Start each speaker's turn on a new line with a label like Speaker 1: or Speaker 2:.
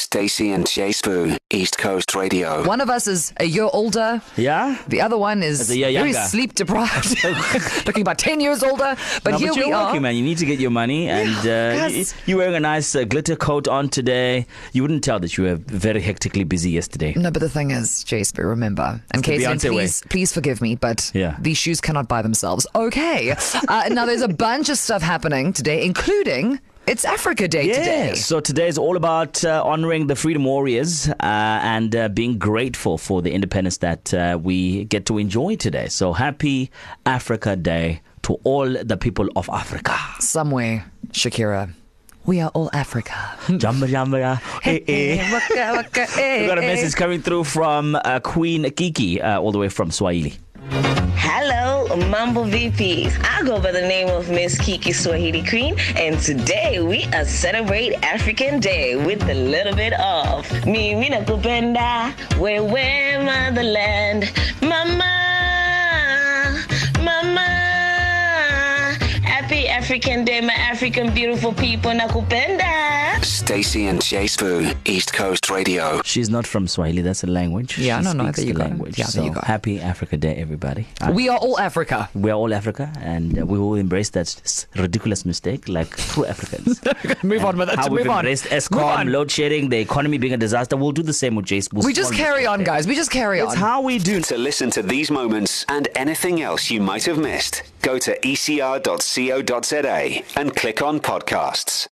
Speaker 1: Stacy and Jay Spoon, East Coast Radio.
Speaker 2: One of us is a year older.
Speaker 3: Yeah?
Speaker 2: The other one is
Speaker 3: Is a year
Speaker 2: very
Speaker 3: younger.
Speaker 2: sleep deprived, looking about 10 years older. But
Speaker 3: No,
Speaker 2: here
Speaker 3: you're
Speaker 2: we
Speaker 3: working,
Speaker 2: are.
Speaker 3: man. You need to get your money, and uh, y-
Speaker 2: guys.
Speaker 3: you're wearing a nice uh, glitter coat on today. You wouldn't tell that you were very hectically busy yesterday.
Speaker 2: No, but the thing is, Jasper, remember, and
Speaker 3: the
Speaker 2: Caitlin,
Speaker 3: Beyonce way.
Speaker 2: please, please forgive me, but
Speaker 3: Yeah.
Speaker 2: these shoes cannot buy themselves. Okay. Uh, now, there's a bunch of stuff happening today, including it's Africa Day today.
Speaker 3: So today is all about uh, honoring the freedom warriors uh, and uh, being grateful for the independence that uh, we get to enjoy today. So happy Africa Day to all the people of Africa.
Speaker 2: Somewhere, Shakira, we are all Africa.
Speaker 3: Jamba jamba. Hey, hey.
Speaker 2: Eh, waka, waka,
Speaker 3: We got a
Speaker 2: eh, eh.
Speaker 3: message coming through from uh, Queen Kiki, uh, all the way from Swahili.
Speaker 4: Hello, Mambo VPs. I go by the name of Miss Kiki Swahili Queen, and today we are celebrate African Day with a little bit of Mimi Nakupenda, where where motherland, Mama, Mama. Happy African Day, my African beautiful people, Nakupenda.
Speaker 1: Stacy and Jay Spoon, East Coast Radio.
Speaker 3: She's not from Swahili, that's a language.
Speaker 2: Yeah,
Speaker 3: she
Speaker 2: no, no,
Speaker 3: speaks
Speaker 2: there you
Speaker 3: the
Speaker 2: go.
Speaker 3: language.
Speaker 2: Yeah, there
Speaker 3: so
Speaker 2: you go.
Speaker 3: happy Africa Day, everybody. Uh,
Speaker 2: We are all Africa.
Speaker 3: We're all Africa, and uh, we will embrace that s- ridiculous mistake like true Africans.
Speaker 2: Move on with it.
Speaker 3: How
Speaker 2: Move
Speaker 3: we've
Speaker 2: on.
Speaker 3: embraced
Speaker 2: Move
Speaker 3: ESCOM,
Speaker 2: on.
Speaker 3: load shedding, the economy being a disaster. We'll do the same with Jace.
Speaker 2: We just carry on, guys. We just carry
Speaker 3: It's
Speaker 2: on.
Speaker 3: how we do.
Speaker 1: To listen to these moments and anything else you E might have missed, go to ecr.co.za and click on podcasts.